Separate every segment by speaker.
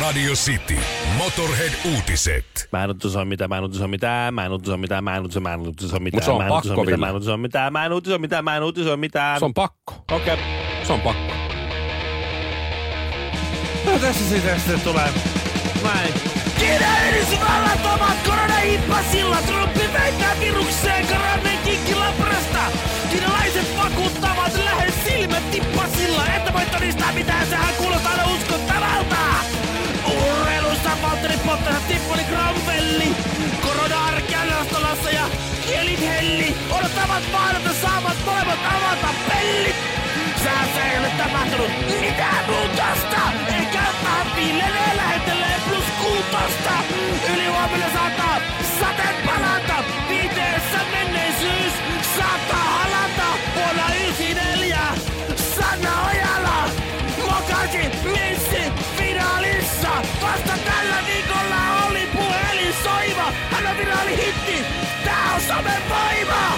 Speaker 1: Radio City. Motorhead-uutiset.
Speaker 2: Mä en uutisoi mitään, mä en uutisoi mitään, mä en uutisoi mitään, mä en uutisoi, mä en uutisoi mitään.
Speaker 3: se on
Speaker 2: mä en uutisoi
Speaker 3: pakko,
Speaker 2: mitään, Mä
Speaker 3: Ville.
Speaker 2: en uutisoi mitään, mä en uutisoi mitään, mä en uutisoi mitään.
Speaker 3: Se on pakko.
Speaker 2: Okei.
Speaker 3: Se on pakko.
Speaker 2: No tässä siis tästä tulee. Mä en...
Speaker 4: Kiinä Yhdysvallat ovat koronahippasilla. Trumpi väittää virukseen karanneen kikki labrasta. Kiinalaiset vakuuttavat lähes silmät tippasilla. Että voi todistaa mitään, sehän kuulostaa aina uskottavalta. Urheilusta Valtteri Pottana tippoli Gramvelli. Korona-arkea nostolassa ja kielin helli. Odottavat vaan, että saavat molemmat avata pellit. Säässä ei ole tapahtunut mitään muutosta. Eikä Ville lähettelee plus kuutosta. Yli huomenna saattaa sateet palata. Viiteessä menneisyys saattaa halata. Vuonna 94 Sanna Ojala mokasi missi finaalissa. Vasta tällä viikolla oli puhelin soiva. Hän on viraali hitti. Tää on somen voima.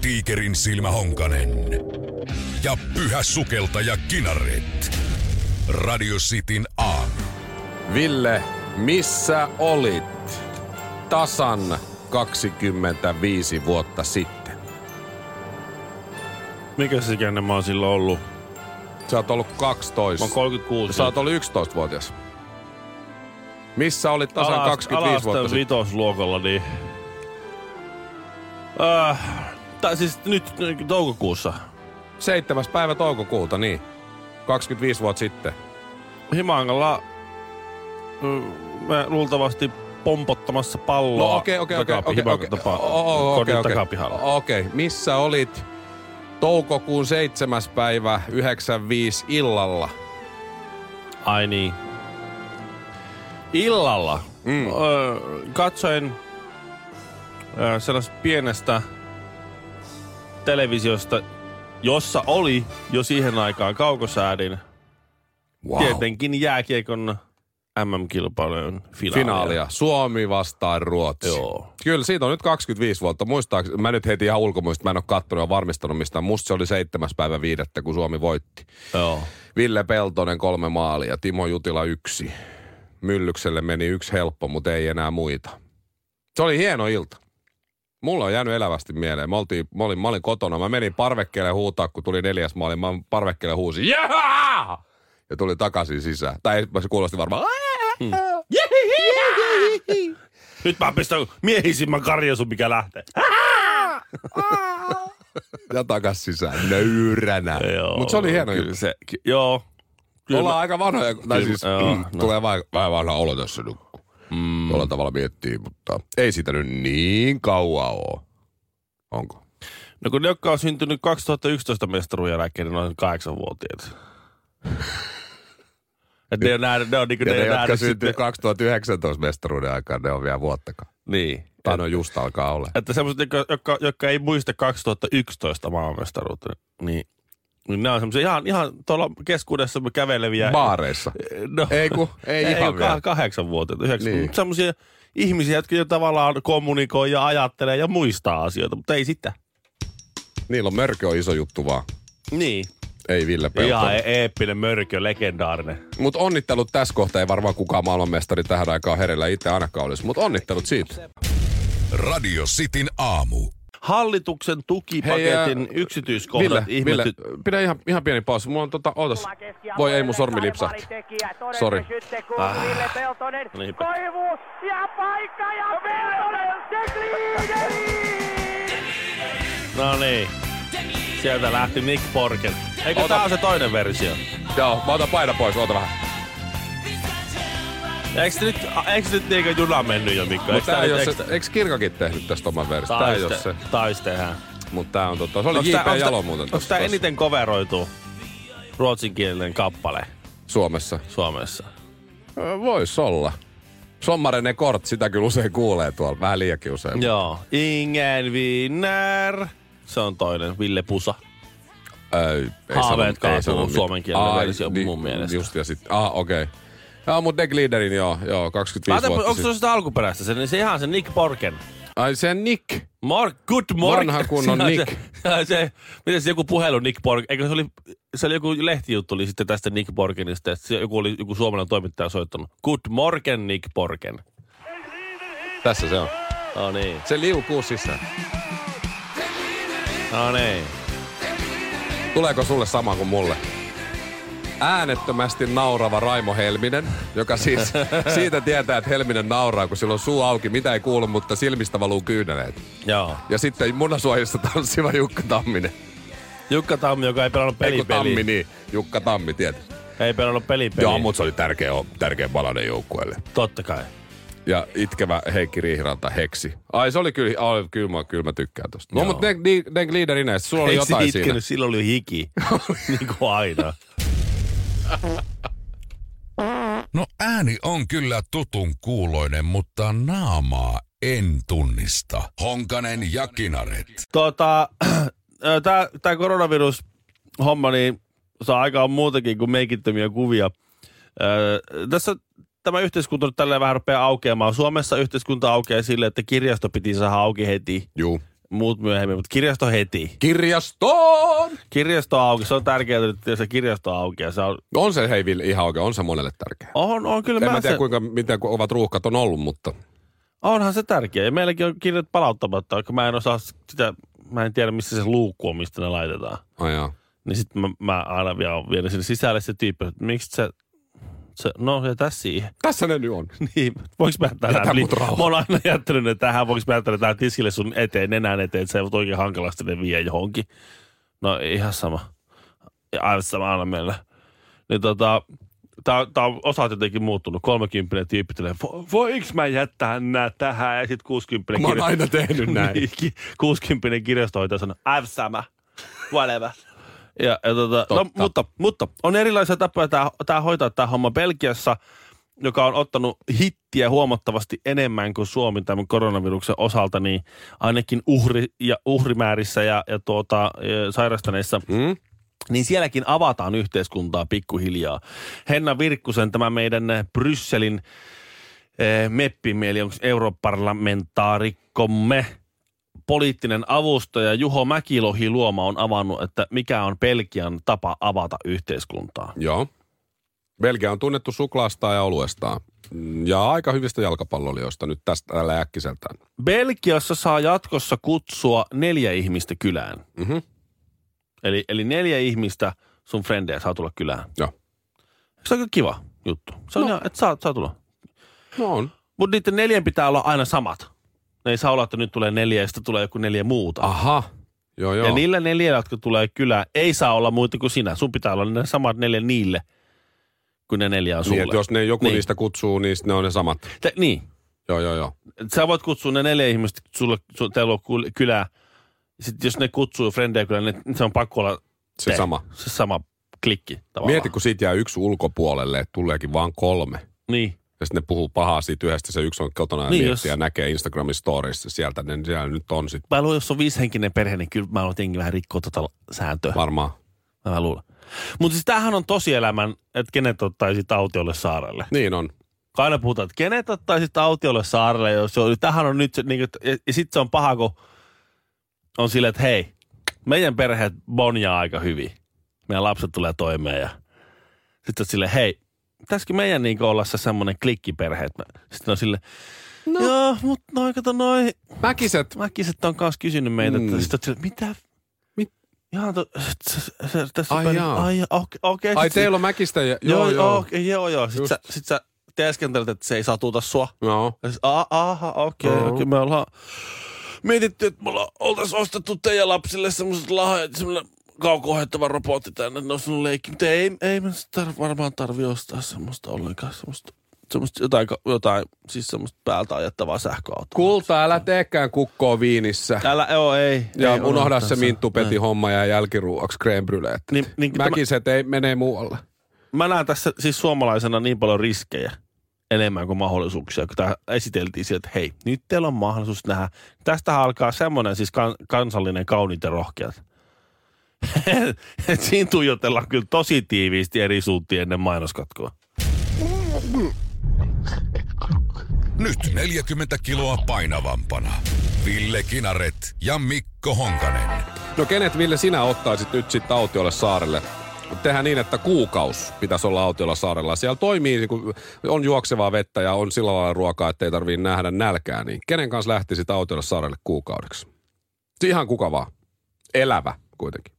Speaker 1: Tiikerin silmä Honkanen. Ja Pyhä sukeltaja Kinaret. Radio Cityn aamu.
Speaker 3: Ville, missä olit tasan 25 vuotta sitten?
Speaker 2: Mikä se ikäinen mä oon silloin ollut?
Speaker 3: Sä oot ollut 12.
Speaker 2: Mä oon 36.
Speaker 3: Sä oot ollut 11-vuotias. Missä olit tasan
Speaker 2: Ala-
Speaker 3: 25 vuotta
Speaker 2: ala-asteen
Speaker 3: sitten?
Speaker 2: vitosluokalla, niin... Äh, tai siis nyt, nyt toukokuussa.
Speaker 3: 7. päivä toukokuuta, niin. 25 vuotta sitten.
Speaker 2: Himangalla mm, me luultavasti pompottamassa palloa
Speaker 3: No okei, okei, okei.
Speaker 2: takapi-
Speaker 3: okei,
Speaker 2: himakan
Speaker 3: okei.
Speaker 2: tapa-
Speaker 3: Oo, oo,
Speaker 2: kodin
Speaker 3: okei, okei.
Speaker 2: takapihalla.
Speaker 3: Okei, missä olit toukokuun 7. päivä 95 illalla?
Speaker 2: Ai niin. Illalla mm. öö, katsoin öö, sellaista pienestä televisiosta, jossa oli jo siihen aikaan kaukosäädin
Speaker 3: Wow.
Speaker 2: tietenkin jääkiekon MM-kilpailujen finaalia.
Speaker 3: Finaalia. Suomi vastaan Ruotsi.
Speaker 2: Joo.
Speaker 3: Kyllä, siitä on nyt 25 vuotta. Muistaakseni, mä nyt heti ihan ulkomuista, mä en ole kattonut ja varmistanut mistään. Musta se oli 7. päivä viidettä, kun Suomi voitti.
Speaker 2: Joo.
Speaker 3: Ville Peltonen kolme maalia, Timo Jutila yksi. Myllykselle meni yksi helppo, mutta ei enää muita. Se oli hieno ilta. Mulla on jäänyt elävästi mieleen. Mä, oltiin, mä, olin, mä olin kotona. Mä menin parvekkeelle huutaa, kun tuli neljäs maali. Mä parvekkeelle huusin, jaha! Ja tuli takaisin sisään. Tai se kuulosti varmaan, "Ää!"
Speaker 2: Hmm. Nyt mä pistän miehisimmän karjasun, mikä lähtee.
Speaker 3: ja takaisin sisään nöyränä. Mutta se oli hieno
Speaker 2: kyllä
Speaker 3: ilta.
Speaker 2: se, ky- joo. Kyllä
Speaker 3: Ollaan
Speaker 2: mä-
Speaker 3: aika vanhoja, tai
Speaker 2: Kyllä,
Speaker 3: siis
Speaker 2: joo,
Speaker 3: mm, tulee vähän, vähän vanha olo tässä nyt, kun mm. jollain tavalla miettii, mutta ei siitä nyt niin kauaa ole. Onko?
Speaker 2: No kun ne, jotka on syntynyt 2011 mestaruuden jälkeen, niin ne on kahdeksanvuotiaat. Et ne on nähnyt, ne on niinku,
Speaker 3: Ja
Speaker 2: ne,
Speaker 3: ne,
Speaker 2: on
Speaker 3: jotka
Speaker 2: nähnyt
Speaker 3: syntyy
Speaker 2: sitten,
Speaker 3: 2019 mestaruuden aikaan, ne on vielä vuottakaan.
Speaker 2: niin.
Speaker 3: Tai no just alkaa olla.
Speaker 2: Että semmoiset, jotka, jotka, jotka ei muista 2011 maailmanmestaruutta, niin, niin ne on semmoisia ihan, ihan tuolla keskuudessa käveleviä.
Speaker 3: Baareissa.
Speaker 2: no,
Speaker 3: Ei kun, ei,
Speaker 2: ei
Speaker 3: ihan
Speaker 2: ole
Speaker 3: vielä.
Speaker 2: kah- kahdeksan vuotta, yhdeksän.
Speaker 3: Niin.
Speaker 2: Niin. Semmoisia ihmisiä, jotka jo tavallaan kommunikoi ja ajattelee ja muistaa asioita, mutta ei sitä.
Speaker 3: Niillä on mörkö on iso juttu vaan.
Speaker 2: Niin.
Speaker 3: Ei Ville
Speaker 2: Ihan
Speaker 3: Peltonen.
Speaker 2: e- eeppinen mörkö, legendaarinen.
Speaker 3: Mutta onnittelut tässä kohtaa. Ei varmaan kukaan maailmanmestari tähän aikaan herellä itse ainakaan olisi. Mutta onnittelut siitä.
Speaker 1: Radio Cityn aamu.
Speaker 2: Hallituksen tukipaketin
Speaker 3: Hei,
Speaker 2: Hei,
Speaker 3: ää,
Speaker 2: yksityiskohdat
Speaker 3: Ville, Ville,
Speaker 2: ihmetyt...
Speaker 3: pidä ihan, ihan pieni paus. Mulla on tota, ootas. Voi ei mun sormi lipsahti. Sori.
Speaker 2: Ah.
Speaker 4: Ville Peltonen,
Speaker 2: Niinpä.
Speaker 4: koivuus ja paikka ja Peltonen, se kliideri!
Speaker 2: No niin. Sieltä lähti Nick Borgen. Eikö
Speaker 3: Ota-
Speaker 2: Ota... tää on se toinen versio?
Speaker 3: Joo, mä otan paina pois, oota vähän.
Speaker 2: Eikö se nyt, eikö se nyt niinkö juna mennyt jo, Mikko?
Speaker 3: Mutta
Speaker 2: Eikö
Speaker 3: tää ei
Speaker 2: nyt-
Speaker 3: ole
Speaker 2: eikö
Speaker 3: se, eikö Kirkakin tehnyt tästä oman version? Tää ei ole
Speaker 2: Taiste,
Speaker 3: se.
Speaker 2: taistehän.
Speaker 3: Mutta tää on totta. Se oli
Speaker 2: Onks tää-
Speaker 3: J.P.
Speaker 2: onks tää-
Speaker 3: Jalo muuten
Speaker 2: Onks
Speaker 3: tossa,
Speaker 2: tää
Speaker 3: tossa
Speaker 2: eniten coveroitu ruotsinkielinen kappale
Speaker 3: Suomessa.
Speaker 2: Suomessa?
Speaker 3: Ö, Vois olla. Sommarene Kort, sitä kyllä usein kuulee tuolla. Vähän liiankin usein.
Speaker 2: Joo. Ingen vinner. Se on toinen, Ville Pusa.
Speaker 3: Öö, ei
Speaker 2: Haaveet
Speaker 3: ei
Speaker 2: kaatuu
Speaker 3: sano mitään.
Speaker 2: suomenkielinen
Speaker 3: Ai, niin,
Speaker 2: versio mun mielestä.
Speaker 3: Just ja sit, ah, okei. Okay. Joo, mut Degleaderin joo, joo, 25
Speaker 2: Mä ajattelin,
Speaker 3: vuotta
Speaker 2: onko se
Speaker 3: sitten.
Speaker 2: sitä alkuperäistä? Se, se ihan se Nick Borgen.
Speaker 3: Ai se Nick.
Speaker 2: Mark, good Mark.
Speaker 3: Vanha kunnon
Speaker 2: Se on
Speaker 3: Nick.
Speaker 2: Se, se, on se, miten se joku puhelu Nick Borg, eikö se oli, se oli joku lehtijuttu oli sitten tästä Nick Borgenista, että se joku, oli, joku suomalainen toimittaja soittanut. Good morgen Nick Borgen.
Speaker 3: Tässä se on.
Speaker 2: No niin,
Speaker 3: Se liukuu sisään.
Speaker 2: no niin.
Speaker 3: Tuleeko sulle sama kuin mulle? Äänettömästi naurava Raimo Helminen, joka siis siitä tietää, että Helminen nauraa, kun sillä on suu auki, mitä ei kuulu, mutta silmistä valuu kyyneleet.
Speaker 2: Joo.
Speaker 3: Ja sitten munasuojissa tanssiva Jukka Tamminen.
Speaker 2: Jukka Tammi, joka ei pelannut
Speaker 3: Eiku
Speaker 2: pelipeliä.
Speaker 3: Tammi, niin. Jukka Tammi, tiedät.
Speaker 2: Ei pelannut pelipeliä.
Speaker 3: Joo, mutta se oli tärkeä, tärkeä palanen joukkueelle.
Speaker 2: Totta kai.
Speaker 3: Ja itkevä Heikki Riihiranta, Heksi. Ai se oli kyllä, ai, kyllä, mä, kyllä mä tykkään tosta. No,
Speaker 2: Joo.
Speaker 3: mutta ne, ne Gliederin ees, sulla oli
Speaker 2: Ei se
Speaker 3: jotain siinä.
Speaker 2: itkenyt, sillä oli hiki. niin kuin aina.
Speaker 1: No ääni on kyllä tutun kuuloinen, mutta naamaa en tunnista. Honkanen ja Kinaret.
Speaker 2: Tota, tämä tää koronavirus-homma, niin saa aikaan muutakin kuin meikittömiä kuvia. Öö, tässä tämä yhteiskunta nyt tälleen vähän rupeaa aukeamaan. Suomessa yhteiskunta aukeaa sille, että kirjasto piti saada auki heti,
Speaker 3: Juu.
Speaker 2: muut myöhemmin, mutta kirjasto heti.
Speaker 3: Kirjastoon!
Speaker 2: Kirjasto auki, se on tärkeää, että se kirjasto aukeaa. Se on,
Speaker 3: On se hei Ville, ihan oikein, on se monelle tärkeä.
Speaker 2: on, on kyllä
Speaker 3: En
Speaker 2: mä
Speaker 3: mä tiedä,
Speaker 2: se-
Speaker 3: kuinka, miten ovat ruuhkat on ollut, mutta
Speaker 2: Onhan se tärkeä. Ja meilläkin on kirjat palauttamatta, vaikka mä en osaa sitä, mä en tiedä missä se luukku on, mistä ne laitetaan.
Speaker 3: ajaa.
Speaker 2: Niin sitten mä, mä aina vielä vien sinne sisälle se tyyppi, että miksi sä, se, no ja tässä siihen.
Speaker 3: Tässä ne nyt on.
Speaker 2: Niin, voinko mä jättää
Speaker 3: Jätä
Speaker 2: nää,
Speaker 3: mut rauhaan.
Speaker 2: mä oon aina jättänyt ne tähän, voinko mä jättää tähän tiskille sun eteen, nenän eteen, että sä voit oikein hankalasti ne vie johonkin. No ihan sama. Ja Aivan sama aina meillä. Niin tota, tää, tää on osa jotenkin muuttunut. 30 tyyppi tulee, "Vo- voiks mä jättää nää tähän? Ja sit 60
Speaker 3: Mä oon aina tehnyt näin.
Speaker 2: Niin, ki- 60 kirjastohoitaja sanoi, aivan sama, whatever. Ja, ja tota, no,
Speaker 3: Totta.
Speaker 2: mutta, mutta on erilaisia tapoja tämä, tämä hoitaa tämä homma Belgiassa, joka on ottanut hittiä huomattavasti enemmän kuin Suomi tämän koronaviruksen osalta, niin ainakin uhri, ja uhrimäärissä ja, ja tuota, ja sairastaneissa
Speaker 3: Mm?
Speaker 2: niin sielläkin avataan yhteiskuntaa pikkuhiljaa. Henna Virkkusen, tämä meidän Brysselin eh, meppimme, eli onko europarlamentaarikkomme, poliittinen avustaja Juho Mäkilohi Luoma on avannut, että mikä on Belgian tapa avata yhteiskuntaa.
Speaker 3: Joo. Belgia on tunnettu suklaastaan ja oluestaan. Mm, Ja aika hyvistä jalkapallolijoista nyt tästä tällä äkkiseltään.
Speaker 2: Belgiassa saa jatkossa kutsua neljä ihmistä kylään.
Speaker 3: Mhm.
Speaker 2: Eli, eli neljä ihmistä sun frendejä saa tulla kylään.
Speaker 3: Joo.
Speaker 2: Se on kyllä kiva juttu. Se on no. ihan, että saa, saa tulla.
Speaker 3: No on.
Speaker 2: Mutta niiden neljän pitää olla aina samat. Ne ei saa olla, että nyt tulee neljä ja sitten tulee joku neljä muuta.
Speaker 3: Aha. Joo, Ah, joo.
Speaker 2: Ja niillä neljällä, jotka tulee kylään, ei saa olla muita kuin sinä. Sun pitää olla ne samat neljä niille, kun ne neljä on sulle.
Speaker 3: niin, että jos ne joku niin.
Speaker 2: Niin.
Speaker 3: niistä kutsuu, niin sit ne on ne samat.
Speaker 2: Te, niin.
Speaker 3: Joo, joo, joo.
Speaker 2: Et Sä voit kutsua ne neljä ihmistä, sulle, su, teillä on kyl- kylää. Sitten jos ne kutsuu frendejä kylään, niin se on pakko olla
Speaker 3: Se
Speaker 2: te.
Speaker 3: sama.
Speaker 2: Se sama klikki tavallaan.
Speaker 3: Mieti, kun siitä jää yksi ulkopuolelle, että tuleekin vaan kolme.
Speaker 2: Niin.
Speaker 3: Ja sitten ne puhuu pahaa siitä yhdestä, se yksi on kotona ja niin
Speaker 2: Niin,
Speaker 3: miettii
Speaker 2: jos-
Speaker 3: ja näkee Instagramin storissa sieltä, niin siellä nyt on sitten
Speaker 2: Mä luulen, jos on viishenkinen perhe, niin kyllä mä haluan tietenkin vähän rikkoa tota sääntöä.
Speaker 3: varmaan.
Speaker 2: Mä luulen. Mutta siis tämähän on tosielämän, että kenet ottaisit autiolle saarelle.
Speaker 3: Niin on.
Speaker 2: Kun Aina puhutaan, että kenet ottaisit autiolle saarelle, jos se on, tämähän on nyt, se, niin kuin, ja, ja sitten se on paha, kun on silleen, että hei, meidän perheet bonjaa aika hyvin. Meidän lapset tulee toimeen ja sitten sille hei, pitäisikö meidän niin olla se semmoinen klikkiperhe? että me- Sitten on sille, no. joo, mutta noin, kato noin,
Speaker 3: Mäkiset.
Speaker 2: Mäkiset on kanssa kysynyt meitä,
Speaker 3: Mm.
Speaker 2: että sit oot sillä, mitä?
Speaker 3: Mit-
Speaker 2: Ihan to, se, se, se, tässä
Speaker 3: Ai
Speaker 2: päin-
Speaker 3: jaa.
Speaker 2: ai jaa, okei. Okay,
Speaker 3: Ai teillä on Mäkistä. Ja... Joo, joo.
Speaker 2: Okei, joo, joo. Sit
Speaker 3: Just.
Speaker 2: sä, sit sä teeskentelet, että se ei satuta sua.
Speaker 3: No.
Speaker 2: Ja sit, a- aha, okei, okay,
Speaker 3: Joo.
Speaker 2: okei, okay, me ollaan mietitty, että me ollaan, oltais ostettu teidän lapsille semmoset lahjat, semmonen kauko-ohjattava robotti tänne, että ne on sun leikki. Mutta ei, ei me nyt tar- varmaan tarvi ostaa semmoista ollenkaan, semmoista, semmoista jotain, jotain, siis semmoista päältä ajettavaa sähköautoa.
Speaker 3: Kulta, älä teekään kukkoa viinissä.
Speaker 2: Älä, joo, ei.
Speaker 3: Ja
Speaker 2: ei,
Speaker 3: unohda
Speaker 2: unohda
Speaker 3: se Minttu Peti homma ja jälkiruuaksi creme bruleet.
Speaker 2: Niin- niin kuin
Speaker 3: Mäkiset ei mene muualle.
Speaker 2: Mä näen tässä siis suomalaisena niin paljon riskejä enemmän kuin mahdollisuuksia, kun tämä esiteltiin sieltä, että hei, nyt teillä on mahdollisuus nähdä. Tästä alkaa semmoinen siis kan- kansallinen kauniit ja rohkeat. Et Siinä tuijotellaan kyllä tosi tiiviisti eri suuntiin ennen mainoskatkoa.
Speaker 1: Nyt 40 kiloa painavampana. Ville Kinaret ja Mikko Honkanen.
Speaker 3: No kenet, Ville, sinä ottaisit nyt sitten autiolle saarelle? Tehdään niin, että kuukaus pitäisi olla autiolla saarella. Siellä toimii, niin kun on juoksevaa vettä ja on sillä lailla ruokaa, ettei tarvii nähdä nälkää. Niin kenen kanssa lähtisit autiolle saarelle kuukaudeksi? Ihan kuka vaan. Elävä kuitenkin.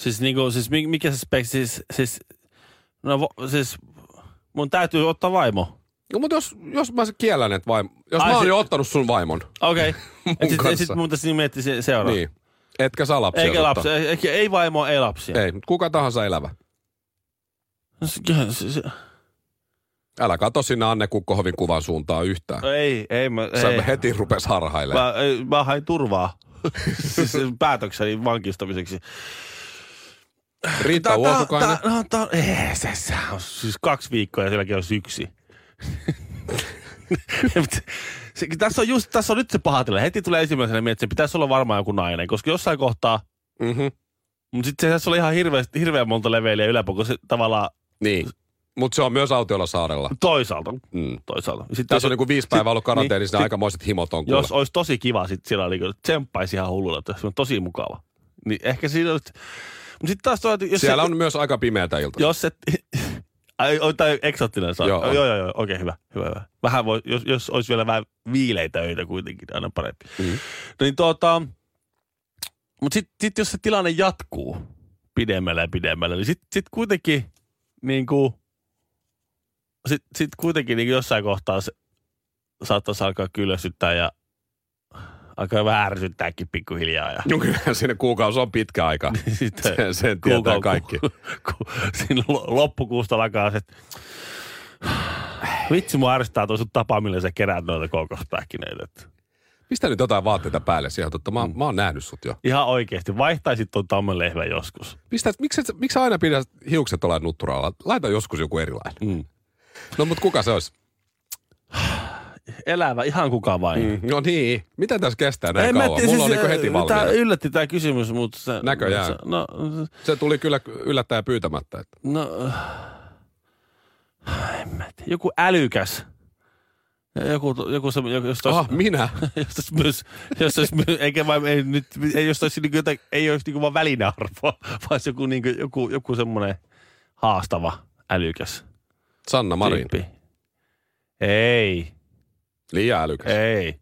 Speaker 2: Siis, niinku, siis mi- mikä se spek, siis, siis, no, vo- siis mun täytyy ottaa vaimo.
Speaker 3: No, mutta jos, jos mä kiellän, että vaimo... Jos
Speaker 2: Ai,
Speaker 3: mä oon
Speaker 2: se-
Speaker 3: jo ottanut sun vaimon,
Speaker 2: Okei.
Speaker 3: Mun
Speaker 2: Okay. Sitten
Speaker 3: kanssa.
Speaker 2: sit mun tässä niinku miettii se- seuraa.
Speaker 3: niin etkä saa lapsia.
Speaker 2: Eikä
Speaker 3: ottaa.
Speaker 2: lapsia, ei, ei- ei vaimoa, ei lapsia.
Speaker 3: Ei, mutta kuka tahansa elävä.
Speaker 2: No se- kyllä se- se-
Speaker 3: Älä katso sinne Anne Kukkohovin kuvan suuntaan yhtään.
Speaker 2: Ei, ei mä,
Speaker 3: Sä
Speaker 2: ei.
Speaker 3: heti rupes harhailemaan.
Speaker 2: Mä, ei, mä hain turvaa. siis päätökseni vankistamiseksi.
Speaker 3: Riitta Uosukainen.
Speaker 2: tää, no, tää, ei, se, se on siis kaksi viikkoa ja sielläkin on yksi. se, tässä, on just, tässä on nyt se paha tilanne. Heti tulee ensimmäisenä mieltä, että se pitäisi olla varmaan joku nainen, koska jossain kohtaa,
Speaker 3: Mhm.
Speaker 2: mutta sitten tässä oli ihan hirveästi, hirveän monta leveliä yläpuolella, kun se tavallaan
Speaker 3: Niin. Mutta se on myös autiolla saarella.
Speaker 2: toisaalta.
Speaker 3: Mm.
Speaker 2: toisaalta. Sitten
Speaker 3: Tässä on
Speaker 2: jos-
Speaker 3: niinku viisi päivää ollut karanteenissa, niin,
Speaker 2: niin,
Speaker 3: aikamoiset himot on kuule.
Speaker 2: Jos olisi tosi kiva, sit siellä oli, kun tsemppaisi ihan hullulla, että se on tosi mukava. Niin ehkä siinä olisi... Mutta sitten taas toisaalta, jos
Speaker 3: Siellä
Speaker 2: se,
Speaker 3: on myös aika pimeätä ilta.
Speaker 2: Jos et... Ai, oi, tai eksoottinen saa.
Speaker 3: Joo,
Speaker 2: Joo,
Speaker 3: on.
Speaker 2: joo, joo, joo. Okei, hyvä, hyvä, hyvä. Vähän voi, jos, jos olisi vielä vähän viileitä öitä kuitenkin, aina parempi.
Speaker 3: Mm.
Speaker 2: Mm. Niin tuota, mutta sitten sit, jos se tilanne jatkuu pidemmälle ja pidemmälle, niin sitten sit kuitenkin niin kuin, sit, sit kuitenkin niin jossain kohtaa se saattaisi alkaa kyllästyttää ja alkaa vähän ärsyttääkin pikkuhiljaa. Ja
Speaker 3: No kyllä siinä kuukausi on pitkä aika.
Speaker 2: sitten
Speaker 3: Sen, sen tietää
Speaker 2: kuukau-
Speaker 3: kaikki.
Speaker 2: ku- ku- Siinä lo- loppukuusta alkaa se, että vitsi mua ärsyttää tuo sun tapa, millä sä keräät noita koukospähkinöitä. että
Speaker 3: Pistä nyt jotain vaatteita päälle siihen, totta. Mä,
Speaker 2: Mm.
Speaker 3: mä oon nähnyt sut jo.
Speaker 2: Ihan oikeasti, vaihtaisit tuon tammenlehvän joskus.
Speaker 3: Pistä, et miksi, et- miksi sä aina pidät hiukset olla nutturalla? Laita joskus joku erilainen.
Speaker 2: Mm.
Speaker 3: No mut kuka se olisi?
Speaker 2: Elävä, ihan kuka vain. Mm.
Speaker 3: No niin. Mitä tässä kestää näin kauan? Mulla
Speaker 2: siis,
Speaker 3: on niinku heti valmiina.
Speaker 2: Tämä yllätti tämä kysymys, mutta... Se,
Speaker 3: Näköjään.
Speaker 2: Se, no,
Speaker 3: Se tuli kyllä yllättäen pyytämättä. Että.
Speaker 2: no, en mä tiedä, joku älykäs. Joku, joku, se, joku jos tos,
Speaker 3: Ah, minä?
Speaker 2: Jos olisi myös, jos olisi myös, eikä vain, ei, nyt, ei, jos olisi niin jotain, ei olisi niin vaan välinearvoa, vaan se joku, niin kuin, joku, joku semmoinen haastava, älykäs
Speaker 3: Sanna Marin.
Speaker 2: tyyppi. Ei,
Speaker 3: Liian älykäs.
Speaker 2: ei.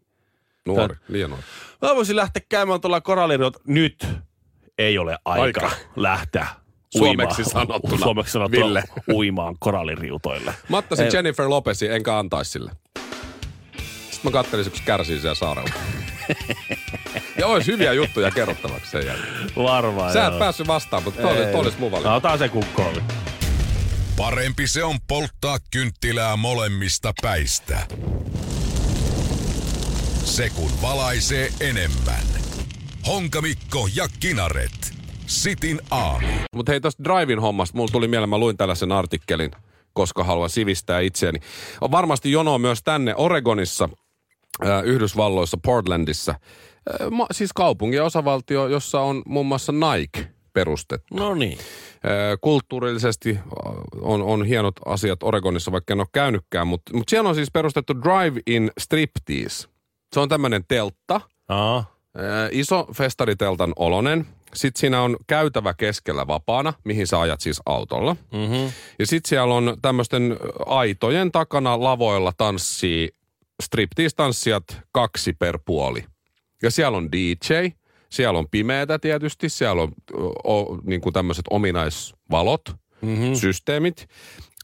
Speaker 3: Nuori. Liian nuori.
Speaker 2: Mä voisin lähteä käymään tuolla korallirot. Nyt ei ole aika,
Speaker 3: Aika.
Speaker 2: aika. lähteä
Speaker 3: Suomeksi
Speaker 2: uimaan,
Speaker 3: sanottuna,
Speaker 2: Suomeksi sanottuna
Speaker 3: Ville.
Speaker 2: uimaan koralliriutoille.
Speaker 3: Mä ottaisin
Speaker 2: Ei.
Speaker 3: Jennifer Lopezin, enkä antaisi sille. Sitten mä kattelisin, kun se kärsii siellä saarella. ja olisi hyviä juttuja kerrottavaksi sen jälkeen.
Speaker 2: Varmaan.
Speaker 3: Sä et
Speaker 2: joo.
Speaker 3: päässyt vastaan, mutta toi oli- toi olisi mun valinta.
Speaker 2: No, otan se kukkoon.
Speaker 1: Parempi se on polttaa kynttilää molemmista päistä. Se kun valaisee enemmän. Honkamikko ja Kinaret. Sitin aamu.
Speaker 3: Mutta hei, tuosta drivin hommasta, mulla tuli mieleen, mä luin tällaisen artikkelin, koska haluan sivistää itseäni. On varmasti jonoa myös tänne Oregonissa, äh, Yhdysvalloissa, Portlandissa. Äh, ma- Siis kaupunki ja osavaltio, jossa on muun muassa Nike perustettu.
Speaker 2: No niin.
Speaker 3: Ö, kulttuurillisesti äh, on, on hienot asiat Oregonissa, vaikka en ole käynytkään, mutta, mutta siellä on siis perustettu Drive-In Striptease. Se on tämmöinen teltta,
Speaker 2: Aa.
Speaker 3: ö, iso festariteltan olonen. Sitten siinä on käytävä keskellä vapaana, mihin sä ajat siis autolla.
Speaker 2: Mm-hmm.
Speaker 3: Ja sitten siellä on tämmöisten aitojen takana lavoilla tanssii striptease-tanssijat kaksi per puoli. Ja siellä on DJ, siellä on pimeätä tietysti, siellä on o, o, niin kuin tämmöiset ominaisvalot, mm-hmm. systeemit.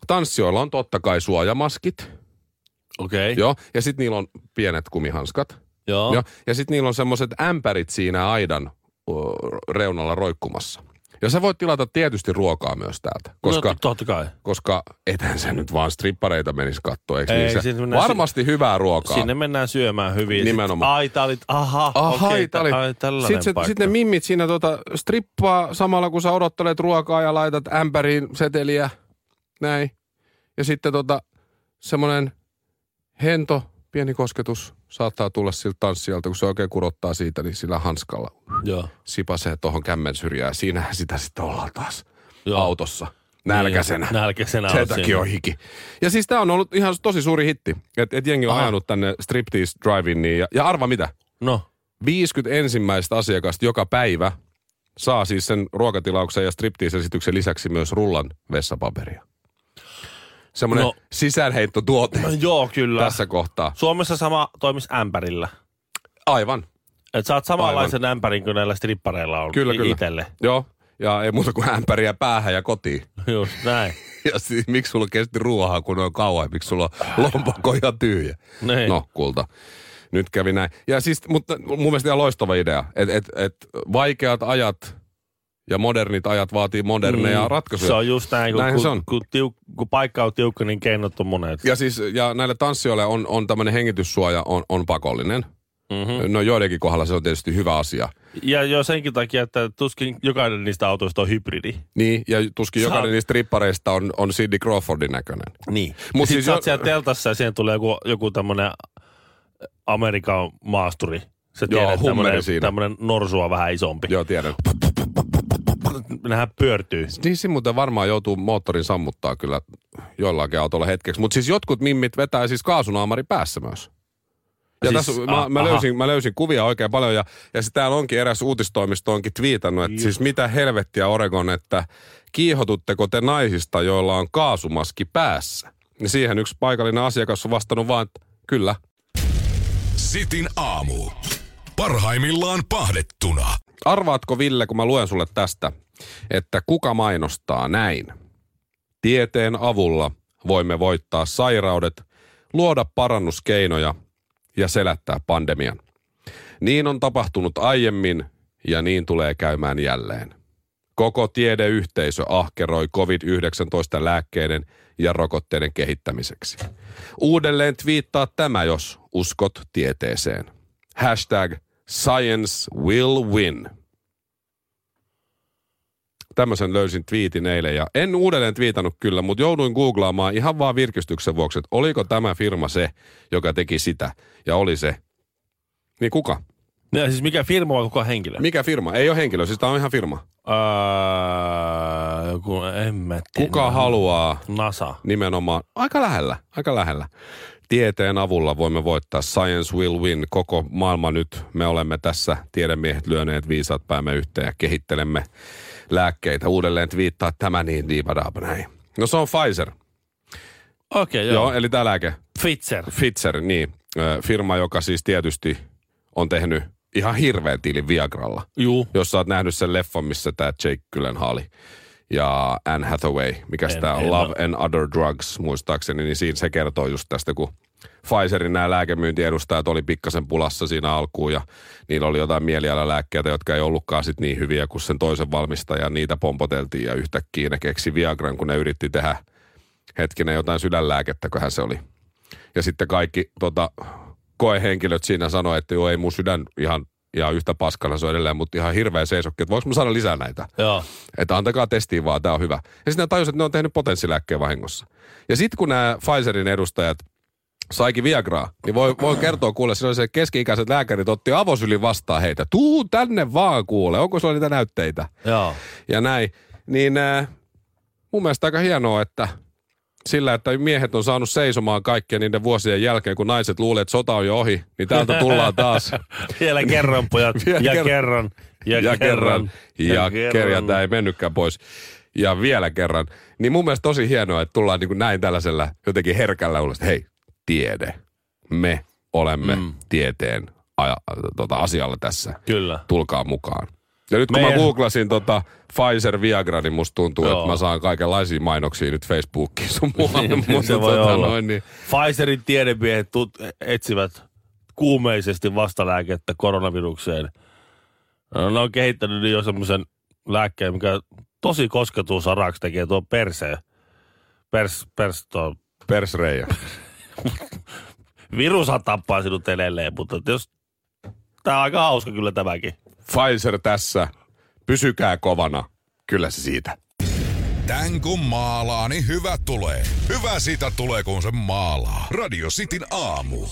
Speaker 3: Tanssijoilla on totta kai suojamaskit,
Speaker 2: Okei.
Speaker 3: joo, ja sitten niillä on pienet kumihanskat.
Speaker 2: Joo.
Speaker 3: Joo. Ja sitten niillä on semmoiset ämpärit siinä aidan ö, reunalla roikkumassa. Ja sä voit tilata tietysti ruokaa myös täältä, koska
Speaker 2: No, totta kai.
Speaker 3: koska ethän sä nyt vaan strippareita menisi katsoa, eikö
Speaker 2: Ei,
Speaker 3: niin? Se,
Speaker 2: siis mennään
Speaker 3: varmasti hyvää ruokaa.
Speaker 2: Sinne mennään syömään hyvin.
Speaker 3: Nimenomaan.
Speaker 2: Sit, ai, tää oli, aha,
Speaker 3: Aha,
Speaker 2: okei,
Speaker 3: okay,
Speaker 2: tää- ai, tällainen
Speaker 3: Sitten se,
Speaker 2: paikka.
Speaker 3: sit ne mimmit siinä tota, strippaa samalla, kun sä odottelet ruokaa ja laitat ämpäriin seteliä, näin. Ja sitten tota, semmoinen hento, pieni kosketus saattaa tulla siltä tanssijalta, kun se oikein kurottaa siitä, niin sillä hanskalla
Speaker 2: Joo,
Speaker 3: sipasee tuohon kämmen syrjään. Siinähän sitä sitten ollaan taas
Speaker 2: joo.
Speaker 3: autossa. nälkäisenä.
Speaker 2: Niin, nälkäisenä
Speaker 3: Sen
Speaker 2: oot
Speaker 3: takia
Speaker 2: siinä.
Speaker 3: on hiki. Ja siis tämä on ollut ihan tosi suuri hitti, että et jengi on
Speaker 2: Aha.
Speaker 3: ajanut tänne striptease drive-iniin. Ja, ja arva mitä?
Speaker 2: No,
Speaker 3: 50 ensimmäistä asiakasta joka päivä saa siis sen ruokatilauksen ja striptease-esityksen lisäksi myös rullan vessapaperia. Semmoinen no.
Speaker 2: No.
Speaker 3: sisäänheittotuote
Speaker 2: joo kyllä.
Speaker 3: tässä kohtaa.
Speaker 2: Suomessa sama toimisi ämpärillä.
Speaker 3: Aivan,
Speaker 2: Et saat samanlaisen ämpärin kuin näillä strippareilla on
Speaker 3: kyllä
Speaker 2: i-
Speaker 3: kyllä.
Speaker 2: itelle.
Speaker 3: Joo, ja ei muuta kuin ämpäriä päähän ja kotiin.
Speaker 2: Just näin.
Speaker 3: Ja siis, miksi sulla kesti ruohaa, kun on kauan, ja miksi sulla on lompakko ihan tyhjä?
Speaker 2: Ah. Niin.
Speaker 3: No, kulta. Nyt kävi näin. Ja siis, mutta mun mielestä ihan loistava idea, että et, et vaikeat ajat ja modernit ajat vaatii moderneja mm. ratkaisuja.
Speaker 2: Se on just näin, kun,
Speaker 3: Näinhän
Speaker 2: kun,
Speaker 3: se on.
Speaker 2: kun, tiuk, kun paikka on tiukka, niin keinot on monet.
Speaker 3: Ja siis, ja näille tanssijoille on, on tämmöinen hengityssuoja on, on pakollinen.
Speaker 2: Mm-hmm.
Speaker 3: No joidenkin kohdalla se on tietysti hyvä asia.
Speaker 2: ja jo senkin takia, että tuskin jokainen niistä autoista on hybridi.
Speaker 3: Niin, ja tuskin
Speaker 2: Sä
Speaker 3: jokainen
Speaker 2: oot-
Speaker 3: niistä rippareista on, on Sidney Crawfordin näköinen.
Speaker 2: Niin.
Speaker 3: Mut
Speaker 2: Mut sit siis
Speaker 3: siis
Speaker 2: sä
Speaker 3: jo-
Speaker 2: oot siellä teltassa ja siihen tulee joku, joku tämmönen Amerikan maasturi. Se
Speaker 3: Joo,
Speaker 2: tiedät,
Speaker 3: hummeri
Speaker 2: tämmönen,
Speaker 3: siinä.
Speaker 2: tämmönen norsua vähän isompi.
Speaker 3: Joo, tiedän.
Speaker 2: Nehän pyörtyy.
Speaker 3: Niissä Niin, muuten varmaan joutuu moottorin sammuttaa kyllä jollakin autolla hetkeksi. Mutta siis jotkut mimmit vetää siis kaasunaamari päässä myös. Ja siis,
Speaker 2: Siis,
Speaker 3: tässä, mä,
Speaker 2: a-
Speaker 3: mä,
Speaker 2: aha.
Speaker 3: löysin, mä löysin kuvia oikein paljon ja, ja sit täällä onkin eräs uutistoimisto onkin twiitannut, että siis mitä helvettiä Oregon, että kiihotutteko te naisista, joilla on kaasumaski päässä? Ja siihen yksi paikallinen asiakas on vastannut vaan, että kyllä.
Speaker 1: Sitin aamu. Parhaimmillaan pahdettuna.
Speaker 3: Arvaatko Ville, kun mä luen sulle tästä, että kuka mainostaa näin? Tieteen avulla voimme voittaa sairaudet, luoda parannuskeinoja ja selättää pandemian. Niin on tapahtunut aiemmin ja niin tulee käymään jälleen. Koko tiedeyhteisö ahkeroi COVID-19 lääkkeiden ja rokotteiden kehittämiseksi. Uudelleen twiittaa tämä, jos uskot tieteeseen. Hashtag science will win. Tämmöisen löysin twiitin eilen ja en uudelleen twiitannut kyllä, mutta jouduin googlaamaan ihan vaan virkistyksen vuoksi, että oliko tämä firma se, joka teki sitä. Ja oli se. Niin kuka?
Speaker 2: Ja siis mikä firma vai kuka henkilö?
Speaker 3: Mikä firma? Ei ole henkilö, siis tämä on ihan firma.
Speaker 2: Öö, kun en mä tiedä.
Speaker 3: Kuka haluaa
Speaker 2: NASA.
Speaker 3: nimenomaan aika lähellä, aika lähellä. Tieteen avulla voimme voittaa. Science will win. Koko maailma nyt. Me olemme tässä tiedemiehet lyöneet viisaat päämme yhteen ja kehittelemme lääkkeitä. Uudelleen viittaa tämä niin diivadaapa näin. No se on Pfizer.
Speaker 2: Okei, okay,
Speaker 3: Joo,
Speaker 2: joo.
Speaker 3: joo eli tämä lääke.
Speaker 2: Pfizer.
Speaker 3: Pfizer, niin. Ö, Firma, joka siis tietysti on tehnyt ihan hirveän tilin Viagralla.
Speaker 2: Juu.
Speaker 3: Jos sä oot nähnyt sen leffan, missä tämä Jake Gyllenhaal ja Anne Hathaway, mikä
Speaker 2: En-
Speaker 3: tämä on,
Speaker 2: en
Speaker 3: Love and Other Drugs muistaakseni, niin siinä se kertoo just tästä, kun Pfizerin nämä lääkemyyntiedustajat oli pikkasen pulassa siinä alkuun ja niillä oli jotain mielialalääkkeitä, jotka ei ollutkaan sit niin hyviä kuin sen toisen valmistajan. Niitä pompoteltiin ja yhtäkkiä ne keksi Viagran, kun ne yritti tehdä hetkinen jotain sydänlääkettäköhän se oli. Ja sitten kaikki tota, koehenkilöt siinä sanoi, että joo, ei mun sydän ihan, ihan yhtä paskana se on edelleen, mutta ihan hirveä seisokki, että voiko mä saada lisää näitä?
Speaker 2: Joo.
Speaker 3: Että antakaa testiin vaan, tämä on hyvä. Ja sitten ne tajus, että ne on tehnyt potenssilääkkeen vahingossa. Ja sitten kun nämä Pfizerin edustajat saikin Viagraa, niin voi, voi kertoa kuule, silloin se keski-ikäiset lääkärit otti avosylin vastaan heitä. Tuu tänne vaan kuule, onko sulla niitä näytteitä?
Speaker 2: Joo.
Speaker 3: ja näin. Niin ää, mun mielestä aika hienoa, että sillä, että miehet on saanut seisomaan kaikkien niiden vuosien jälkeen, kun naiset luulee, että sota on jo ohi, niin täältä tullaan taas.
Speaker 2: Vielä kerran, pojat.
Speaker 3: Vielä
Speaker 2: ja
Speaker 3: kerran.
Speaker 2: kerran. Ja,
Speaker 3: ja kerran. Ja kerran. Tämä ei mennytkään pois. Ja vielä kerran. Niin mun mielestä tosi hienoa, että tullaan niin kuin näin tällaisella jotenkin herkällä ulos, että hei, tiede. Me olemme mm. tieteen aja, tota, asialla tässä.
Speaker 2: Kyllä.
Speaker 3: tulkaa mukaan. Ja nyt kun Meidän...
Speaker 2: Meidän-
Speaker 3: mä googlasin tota Pfizer Viagra, niin musta tuntuu, Joo.
Speaker 2: Joo. Niin,
Speaker 3: että mä saan kaikenlaisia mainoksia nyt Facebookiin sun muualle. mutta
Speaker 2: se voi
Speaker 3: tota
Speaker 2: olla.
Speaker 3: noin, niin,
Speaker 2: Pfizerin tiedemiehet tut- etsivät kuumeisesti vastalääkettä koronavirukseen. No, Ne on kehittänyt jo semmoisen lääkkeen, mikä tosi kosketusaraksi tekee tuo perse. Pers, pers, tuo
Speaker 3: persreijä.
Speaker 2: virushan tappaa sinut edelleen, mutta et jos... Tää on aika hauska kyllä tämäkin.
Speaker 3: Pfizer tässä. Pysykää kovana. Kyllä se siitä.
Speaker 1: Tän kun maalaa, niin hyvä tulee. Hyvä siitä tulee, kun se maalaa. Radio Cityn aamu.